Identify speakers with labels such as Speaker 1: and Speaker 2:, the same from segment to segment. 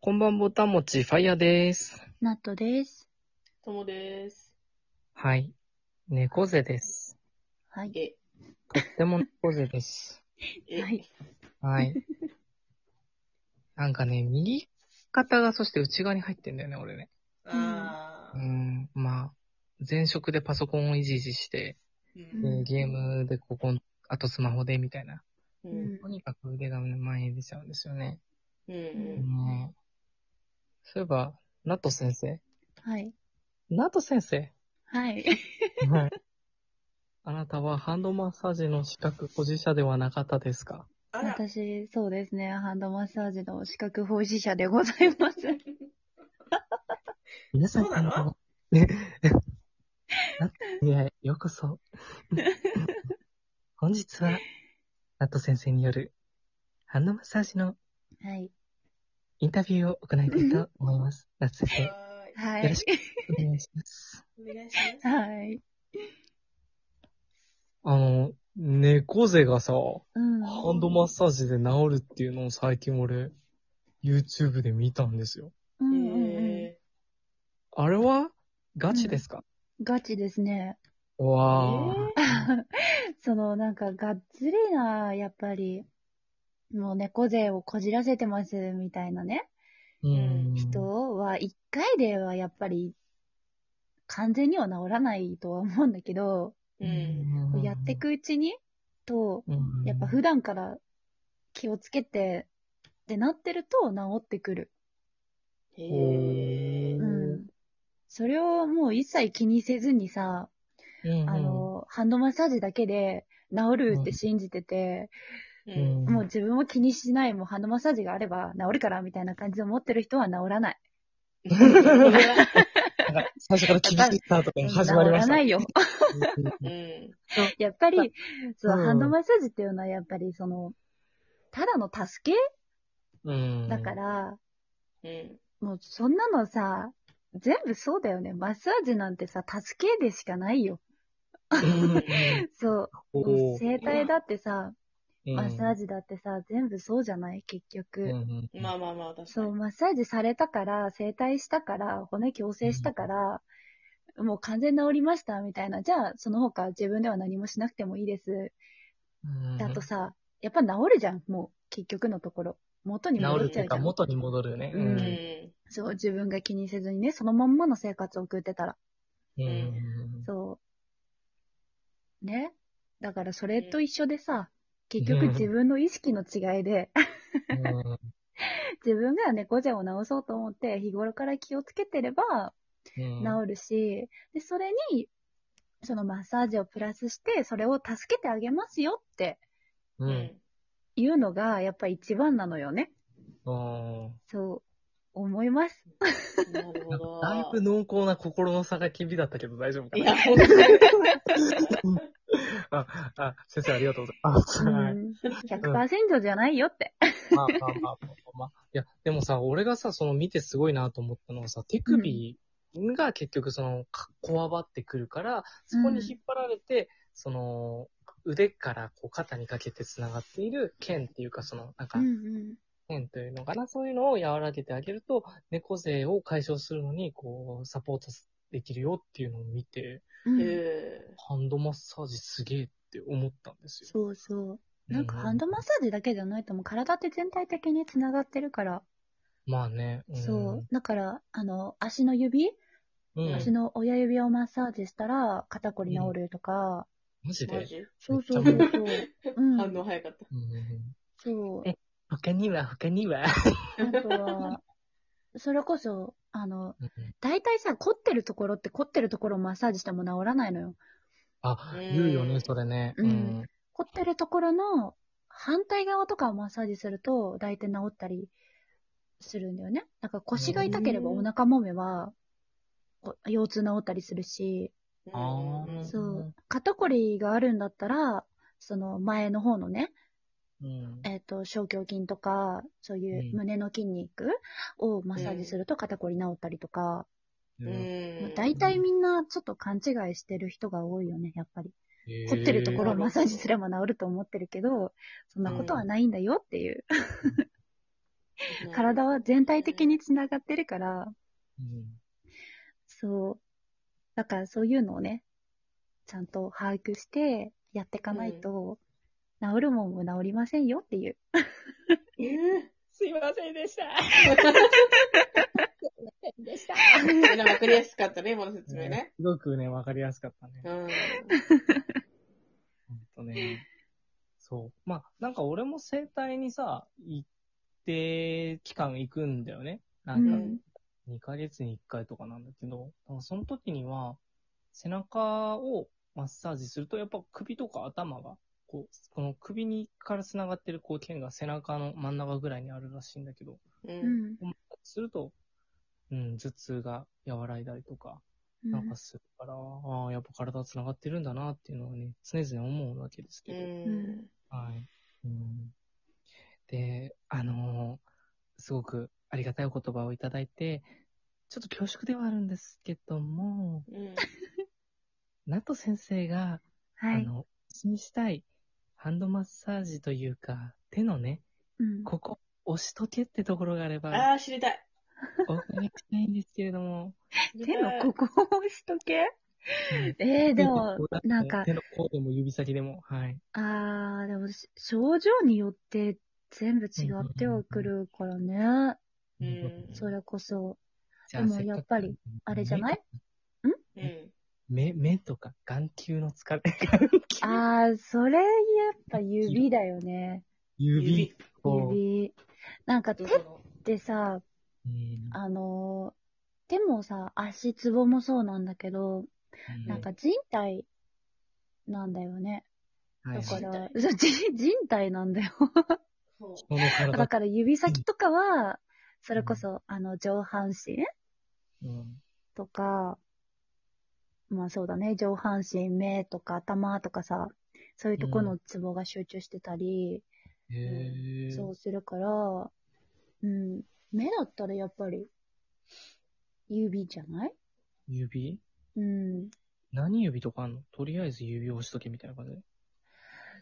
Speaker 1: こんばんぼたもち、ファイヤーです。
Speaker 2: ナットです。
Speaker 3: ともです。
Speaker 1: はい。猫背です。
Speaker 2: はい。
Speaker 3: え、
Speaker 1: とっても猫背です。
Speaker 3: え、
Speaker 2: はい。
Speaker 1: はい。なんかね、右肩がそして内側に入ってんだよね、俺ね。
Speaker 3: あ
Speaker 1: う
Speaker 3: ー
Speaker 1: ん、まあ、前職でパソコンをいじいじして、
Speaker 3: う
Speaker 1: で
Speaker 3: ん。
Speaker 1: ゲームでここ、あとスマホでみたいな。
Speaker 3: う。
Speaker 2: うんん
Speaker 1: とにかく腕が前に出ちゃうんですよね。
Speaker 3: うん。
Speaker 1: ねそういえば、ナト先生
Speaker 2: はい。
Speaker 1: ナト先生
Speaker 2: はい。
Speaker 1: はい。あなたはハンドマッサージの資格保持者ではなかったですか
Speaker 3: あら、
Speaker 2: 私、そうですね、ハンドマッサージの資格保持者でございます。
Speaker 1: 皆さん、
Speaker 3: そうなの
Speaker 1: こんばん はね。ナットによう こそ。本日は、ナット先生によるハンドマッサージの
Speaker 2: はい。
Speaker 1: インタビューを行いたいと思い ます。ナット先
Speaker 3: は
Speaker 2: は
Speaker 1: 生、よろ
Speaker 2: い。
Speaker 1: しくお願いします。
Speaker 3: ーいお願いします。
Speaker 2: はい。
Speaker 1: あの、猫背がさ、
Speaker 2: うん。
Speaker 1: ハンドマッサージで治るっていうのを最近俺、YouTube で見たんですよ。
Speaker 2: うんうんうん。
Speaker 3: え
Speaker 1: あれはガチですか、
Speaker 2: ガチですね。
Speaker 1: わあ、
Speaker 2: その、なんか、がっつりな、やっぱり、もう猫背をこじらせてます、みたいなね。
Speaker 1: うん。
Speaker 2: 人は、一回ではやっぱり、完全には治らないとは思うんだけど、
Speaker 3: ーうん。
Speaker 2: やってくうちに、と、
Speaker 1: うん、
Speaker 2: やっぱ普段から気をつけてってなってると治ってくる。
Speaker 3: へ
Speaker 1: う
Speaker 3: ー
Speaker 2: うんん。それをもう一切気にせずにさ、
Speaker 1: うん、
Speaker 2: あの、ハンドマッサージだけで治るって信じてて、
Speaker 1: う、
Speaker 3: うんん。
Speaker 2: もう自分も気にしない、もうハンドマッサージがあれば治るからみたいな感じで思ってる人は治らない。
Speaker 1: なんか最初から厳しいスタートから
Speaker 2: 治
Speaker 1: 始まりま
Speaker 2: ら
Speaker 1: した。
Speaker 2: ないよ。
Speaker 3: うん。
Speaker 2: やっ ぱり、そう、
Speaker 1: うん
Speaker 2: ハンドマッサージっていうのはやっぱりその、ただの助け
Speaker 1: うん。
Speaker 2: だか。ら、
Speaker 3: うん。
Speaker 2: もうそんなのさ、全部そうだよね。マッサージなんてさ、助けでしかないよ。
Speaker 1: うん
Speaker 2: そう。もう整体だってさ、マッサー
Speaker 1: ジ。
Speaker 2: ジだってさ、全部そうじゃない結局、
Speaker 1: うんうん
Speaker 3: まあまあまあ、確か
Speaker 2: そう、
Speaker 3: に。
Speaker 2: マッサージされたから、整体したから、骨矯正したから、もう完全治りました、みたいな。じゃあ、その他自分では何もしなくてもいいです。
Speaker 1: うん
Speaker 2: だとさ、やっぱ治るじゃん、もう、結局のところ。元に
Speaker 1: 治
Speaker 2: 戻
Speaker 1: る
Speaker 2: っ
Speaker 1: って
Speaker 2: ちゃ
Speaker 1: いうう
Speaker 2: じゃ
Speaker 1: か、
Speaker 2: ん。
Speaker 1: 元に戻るね。
Speaker 2: う
Speaker 3: うん。
Speaker 2: そう、自分が気にせずにね、そのまんまの生活を送ってたら。
Speaker 1: うん
Speaker 2: そう。ね。だからそれと一緒でさ、結局自分の意識の違いで、
Speaker 1: うん
Speaker 2: 自分が猫背を治そうと思って日頃から気をつけてれば
Speaker 1: うん
Speaker 2: 治るし、で、それに、そのマッサージをプラスして、それを助けてあげますよって
Speaker 1: うん。
Speaker 3: うんん。
Speaker 2: いうのが、やっぱ一番なのよね。
Speaker 1: あ
Speaker 2: そう、思います。
Speaker 1: ーなん
Speaker 3: なるほ
Speaker 1: か
Speaker 3: ど。
Speaker 1: だいぶ濃厚な心の差がびだったけど大丈夫か
Speaker 3: い
Speaker 1: な
Speaker 3: や、ほんとに。
Speaker 1: あ、あ、先生ありがとうございます。
Speaker 2: う
Speaker 1: はい
Speaker 2: ん、100%じゃないよって。
Speaker 1: まあまあまあまあまあ。いや、でもさ、俺がさ、その見てすごいなと思ったのはさ、手首が結局その、かこわばってくるから、そこに引っ張られて、その、腕からこう肩にかけて繋がっている剣っていうか、その、なん
Speaker 2: う
Speaker 1: か
Speaker 2: ん、うん。
Speaker 1: 剣というのかな、そういうのを和らげてあげると、猫背を解消するのに、こう、サポートできるよっていうのを見て、
Speaker 2: うん
Speaker 3: え
Speaker 1: ハンドマッサージすげえって思ったんですよ。
Speaker 2: そうそう。なんかハンドマッ
Speaker 1: サー
Speaker 2: サージだけじゃないともう体って全体的につながってるから、
Speaker 1: ジまあね。ん
Speaker 2: そう。。だから、あの、足の指、
Speaker 1: うん。
Speaker 2: 足の親指をマッサージしたら肩こり治るとか、
Speaker 1: マジ
Speaker 3: ー、マ
Speaker 1: で
Speaker 3: ジ
Speaker 2: そうそうそうそう。うん。
Speaker 3: 反応早かった。
Speaker 1: うん
Speaker 2: そう。
Speaker 1: え他には、他には。
Speaker 2: あとは、それこそ、あの、大体さ、凝ってるところって凝ってるところをマッサージしても治らないのよ。
Speaker 1: あ、
Speaker 3: うん
Speaker 1: 言うよね、それね。
Speaker 2: うん。凝ってるところの反対側とかをマッサージすると大体治ったりするんだよね。だから腰が痛ければ
Speaker 3: う
Speaker 2: お
Speaker 3: ん
Speaker 2: 腹もめは、こ腰痛治ったりするし、
Speaker 1: あー
Speaker 2: そ
Speaker 1: うん
Speaker 2: う、肩こりがあるんだったら、その前の方のね、
Speaker 1: うん。
Speaker 2: えっ、と、小胸筋とか、そうい
Speaker 1: うん
Speaker 2: う胸の筋肉をマッサージすると肩こり治ったりとか、
Speaker 1: う
Speaker 3: う
Speaker 1: ん
Speaker 2: まあ
Speaker 3: ん。
Speaker 2: 大体みんなちょっと勘違いしてる人が多いよね、やっぱり。
Speaker 1: へー
Speaker 2: 凝ってるところをマッサージすれば治ると思ってるけど、そんなことはないんだよっていう。体は全体的につながってるから、
Speaker 1: うん
Speaker 2: そう。だからそういうのをね、ちゃんと把握してやっていかないと、治るもんも治りませんよっていう。
Speaker 3: ええ
Speaker 4: すいませんでした。すいませんでした。
Speaker 3: ー。わかりやすかったね、今の説明ね。
Speaker 1: すごくね、わかりやすかったね。
Speaker 3: うん。
Speaker 1: ほんとね。そう。まあ、なんか俺も整体にさ、行って、期間行くんだよね。な
Speaker 2: うん
Speaker 1: か、
Speaker 2: ん。
Speaker 1: 2ヶ月に1回とかなんだけど、なんかその時には、背中をマッサージすると、やっぱ首とか頭が、こう、この首にから繋がってるこう剣が背中の真ん中ぐらいにあるらしいんだけど、
Speaker 2: う
Speaker 3: う。
Speaker 2: んん。
Speaker 1: すると、うん、頭痛が和らいだりとか、
Speaker 2: うん
Speaker 1: なんかするから、ああ、やっぱ体繋がってるんだなっていうのはね、常々思うわけですけ
Speaker 3: う
Speaker 1: ど。
Speaker 3: ん。
Speaker 1: はい。うん、で、あのーすごくありがたいお言葉をいただいて、ちょっと恐縮ではあるんですけども、
Speaker 3: うん。
Speaker 1: ナト先生が、
Speaker 2: は
Speaker 1: あ
Speaker 2: い。
Speaker 1: の、お勧めしたいハンドマッサージというか、手のね、
Speaker 2: うん
Speaker 1: ここ、押しとけってところがあれば、
Speaker 3: ああ、知りたい。
Speaker 1: お伺いしたいんですけれども。
Speaker 2: 手のここを押しとけえ ー、でも、なんか、
Speaker 1: 手の甲でも指先でも、はい。
Speaker 2: あー、でも、し症状によって全部違ってはくるからね。
Speaker 3: うん
Speaker 2: それこそ、
Speaker 1: じゃあ
Speaker 2: でも
Speaker 1: せかく
Speaker 2: やっぱり、あれじゃない
Speaker 3: うん。
Speaker 1: 目目とか眼球の 疲れ。
Speaker 2: あー、それ、やっぱ指だよね。
Speaker 1: 指。こう
Speaker 2: 指。なんか手
Speaker 3: ど
Speaker 2: っ
Speaker 3: この
Speaker 2: てさ、
Speaker 1: うん
Speaker 2: あのー、手もさ、足つぼもそうなんだけど、
Speaker 1: うん
Speaker 2: なんか人体なんだよね。
Speaker 1: はい
Speaker 2: だ
Speaker 1: はい
Speaker 2: か
Speaker 1: 人
Speaker 2: ら、そう人人体なんだよ。
Speaker 3: そう
Speaker 1: の
Speaker 2: だ
Speaker 1: 体。
Speaker 2: から指先とかは、それこそ、あの、上半身
Speaker 1: うん
Speaker 2: とか、まあそうだね、上半身、目とか頭とかさ、そういうとこのツボが集中してたり、
Speaker 1: へー
Speaker 2: そうするから、うん、目だったらやっぱり、指じゃない
Speaker 1: 指
Speaker 2: うん、
Speaker 1: 何指とかあんのとりあえず指を押しとけみたいな感じで。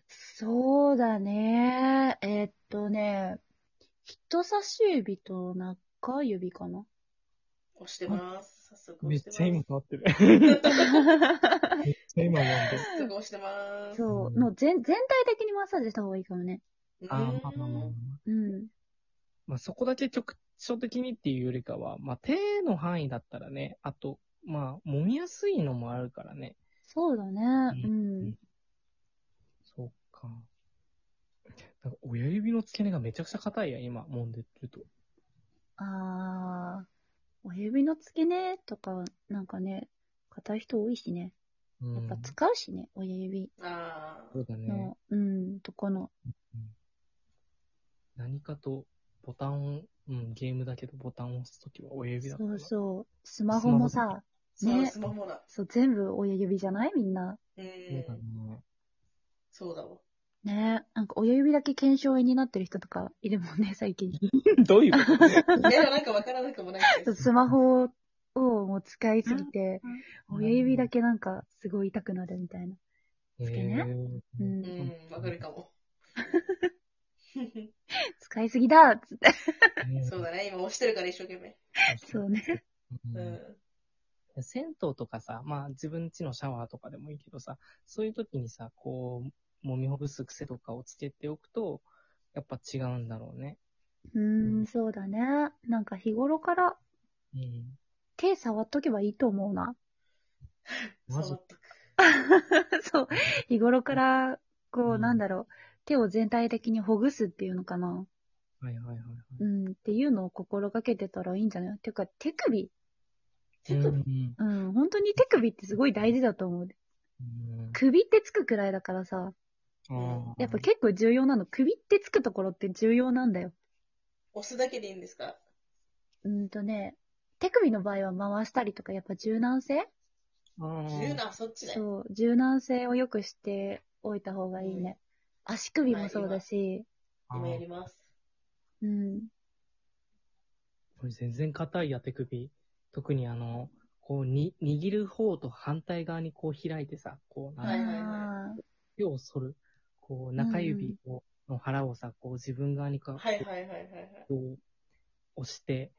Speaker 2: そうだね、えーっとね、人差し指と中指かな
Speaker 3: 押してます。早速
Speaker 1: め
Speaker 3: 押
Speaker 1: っ
Speaker 3: してます。
Speaker 1: ちゃ今触ってる。 めっちゃ今なんで。
Speaker 3: すぐ押してます。
Speaker 2: そう、
Speaker 1: うん
Speaker 2: の全全体的にマッサージした方がいいかもね。
Speaker 3: うん
Speaker 1: あーまあまあまあまあ
Speaker 2: うん。
Speaker 1: まあそこだけ局所的にっていうよりかは、まあ手の範囲だったらね、あと、まあ揉みやすいのもあるからね。
Speaker 2: そうだね。うん。
Speaker 1: そうか。なんか親指の付け根がめちゃくちゃ硬いや、今、揉んでると。
Speaker 2: あー、お指の付け根とか、なんかね、硬い人多いしね。
Speaker 1: うん
Speaker 2: やっぱ使うしね、親指
Speaker 3: あ
Speaker 1: そうだね。
Speaker 2: の、うん、とこの。
Speaker 1: 何かとボタンを、うん、ゲームだけどボタンを押すときは親指だった
Speaker 2: そ
Speaker 1: な
Speaker 2: うそう。スマホも
Speaker 1: スマホ
Speaker 2: さ、
Speaker 3: ーそう、
Speaker 2: ね
Speaker 3: スマホだ。
Speaker 2: そう、全部親指じゃないみんな。
Speaker 3: う
Speaker 1: そうだね
Speaker 3: ん。。そうだわ。
Speaker 2: ねなんか親指だけ腱鞘炎になってる人とかいるもんね、最近。
Speaker 1: どういうこと
Speaker 3: でもなんかわからなくもないで
Speaker 2: そう
Speaker 3: す。
Speaker 2: スマホをもう使いすぎて、
Speaker 1: うん
Speaker 2: 親指だけなんかすごい痛くなるみたいな。け根う
Speaker 1: うん
Speaker 2: ん
Speaker 3: う、ん、わかるかも。
Speaker 2: 使いすぎだっつって。
Speaker 3: そうだね、今押してるから一生懸命。
Speaker 2: そうね。
Speaker 1: うん
Speaker 3: うん。
Speaker 1: 銭湯とかさ、まあ自分家のシャワーとかでもいいけどさ、そういう時にさ、こう、揉みほぐす癖とかをつけておくと、やっぱ違うんだろうね。
Speaker 2: うーん、そうだね。なんか日頃から
Speaker 1: うん。
Speaker 2: 手触っとけばいいと思うな。
Speaker 1: マジ
Speaker 3: 触っとく。
Speaker 2: そう。日頃から、こ
Speaker 1: う
Speaker 2: う、
Speaker 1: ん
Speaker 2: なんだろう、手を全体的にほぐすっていうのかな。
Speaker 1: はいはいはいはい。
Speaker 2: うん、っていうのを心がけてたらいいんじゃないていうか、手首。
Speaker 3: 手首
Speaker 1: うん
Speaker 2: うん、本当に手首ってすごい大事だと思う。
Speaker 1: うん
Speaker 2: 首ってつくくらいだからさ、
Speaker 1: あー
Speaker 2: やっぱ結構重要なの。首ってつくところって重要なんだよ。
Speaker 3: 押すだけでいいんですか
Speaker 2: うんとね、手首の場合は回したりとか、やっぱ柔軟性
Speaker 1: あー
Speaker 3: 自由な、そっちだよ。
Speaker 2: そう、柔軟性をよくしておいた方がいいね。足首もそうだし、
Speaker 1: あー
Speaker 3: 今やります。
Speaker 2: うん。
Speaker 1: これ全然硬いや、手首。特にあの、こうに、握る方と反対側にこう開いてさ、こう、
Speaker 3: はいはいはい
Speaker 2: あー
Speaker 1: 手を反る、こう、中指をの腹をさ、こう自分側にか、
Speaker 3: はいはいはいはいはい。
Speaker 1: こう、押して、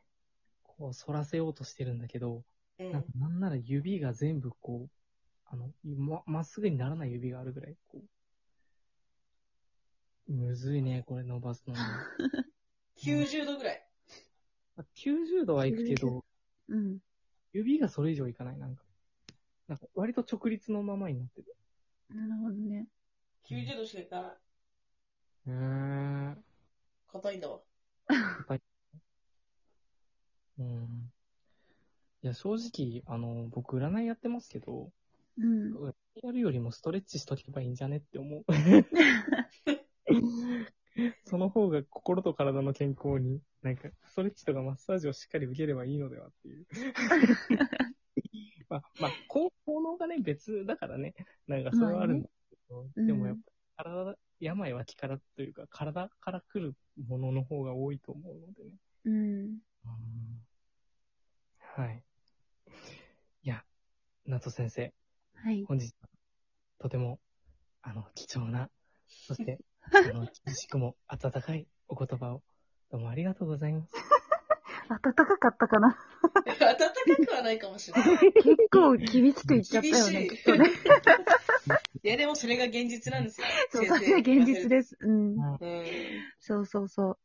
Speaker 1: こう、反らせようとしてるんだけど、
Speaker 3: うん
Speaker 1: なんかなんなら指が全部こう、あの、ま、まっすぐにならない指があるぐらい、こう。むずいね、これ伸ばす のね。
Speaker 3: 90度ぐらい。
Speaker 1: まあ90度はいくけど、
Speaker 2: うん。
Speaker 1: 指がそれ以上いかない、なんか。なんか、割と直立のままになってる。
Speaker 2: なるほど ね。
Speaker 3: 90度しかいかない。
Speaker 1: うーん。
Speaker 3: 硬いんだわ。
Speaker 1: うん。いや、正直、あの、僕、占いやってますけど、
Speaker 2: うん。
Speaker 1: やるよりもストレッチしとけばいいんじゃねって 思う。その方が心と体の健康に、なんか、ストレッチとかマッサージをしっかり受ければいいのではって いう。まあ、まあ、効効能がね、別だからね、なんかそれはあるんだけど、
Speaker 2: まあね
Speaker 1: でもやっぱ、体、病は気からというか、体から来るものの方が多いと思うのでね。
Speaker 2: うん。
Speaker 1: はい。いや、夏先生。
Speaker 2: はい。
Speaker 1: 本日は、とても、あの、貴重な、そして、あの、厳しくも温かいお言葉を、どうもありがとうございます。
Speaker 2: 暖かかったか な
Speaker 3: 暖かくはないかもしれない。
Speaker 2: 結構厳しく言っちゃった
Speaker 3: 厳
Speaker 2: よ
Speaker 3: し
Speaker 2: ね、
Speaker 3: い。
Speaker 2: きっとね。
Speaker 3: いや、でもそれが現実なんですよ。
Speaker 2: そう、それが現実
Speaker 3: で。
Speaker 2: です。うん。
Speaker 3: うん。
Speaker 2: そうそうそう。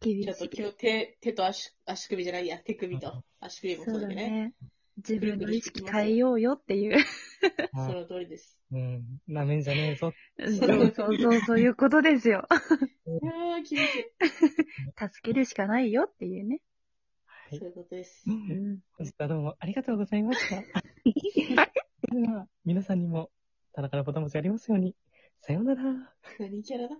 Speaker 2: 厳
Speaker 3: ちょっ
Speaker 2: しい。
Speaker 3: と今日手、手と足、足首じゃないや、手首と足首も
Speaker 2: そ
Speaker 3: そうう
Speaker 2: だ
Speaker 3: だね。
Speaker 2: ね。自分の意識変えようよって いう。
Speaker 3: そ
Speaker 1: はい
Speaker 3: の通りです。
Speaker 1: うん、なめんじゃねえぞ。
Speaker 2: そうそうそう、そういうことですよ。
Speaker 3: いやー、厳し
Speaker 2: 助
Speaker 3: い。
Speaker 2: けるしかないよっていうね。
Speaker 1: はい
Speaker 3: そう。いうことです。
Speaker 2: うん。
Speaker 1: 本日はどうもありがとうございました。それでは、皆さんにも、田中のぼたもちありますように。さようなら。
Speaker 3: 何キャラだ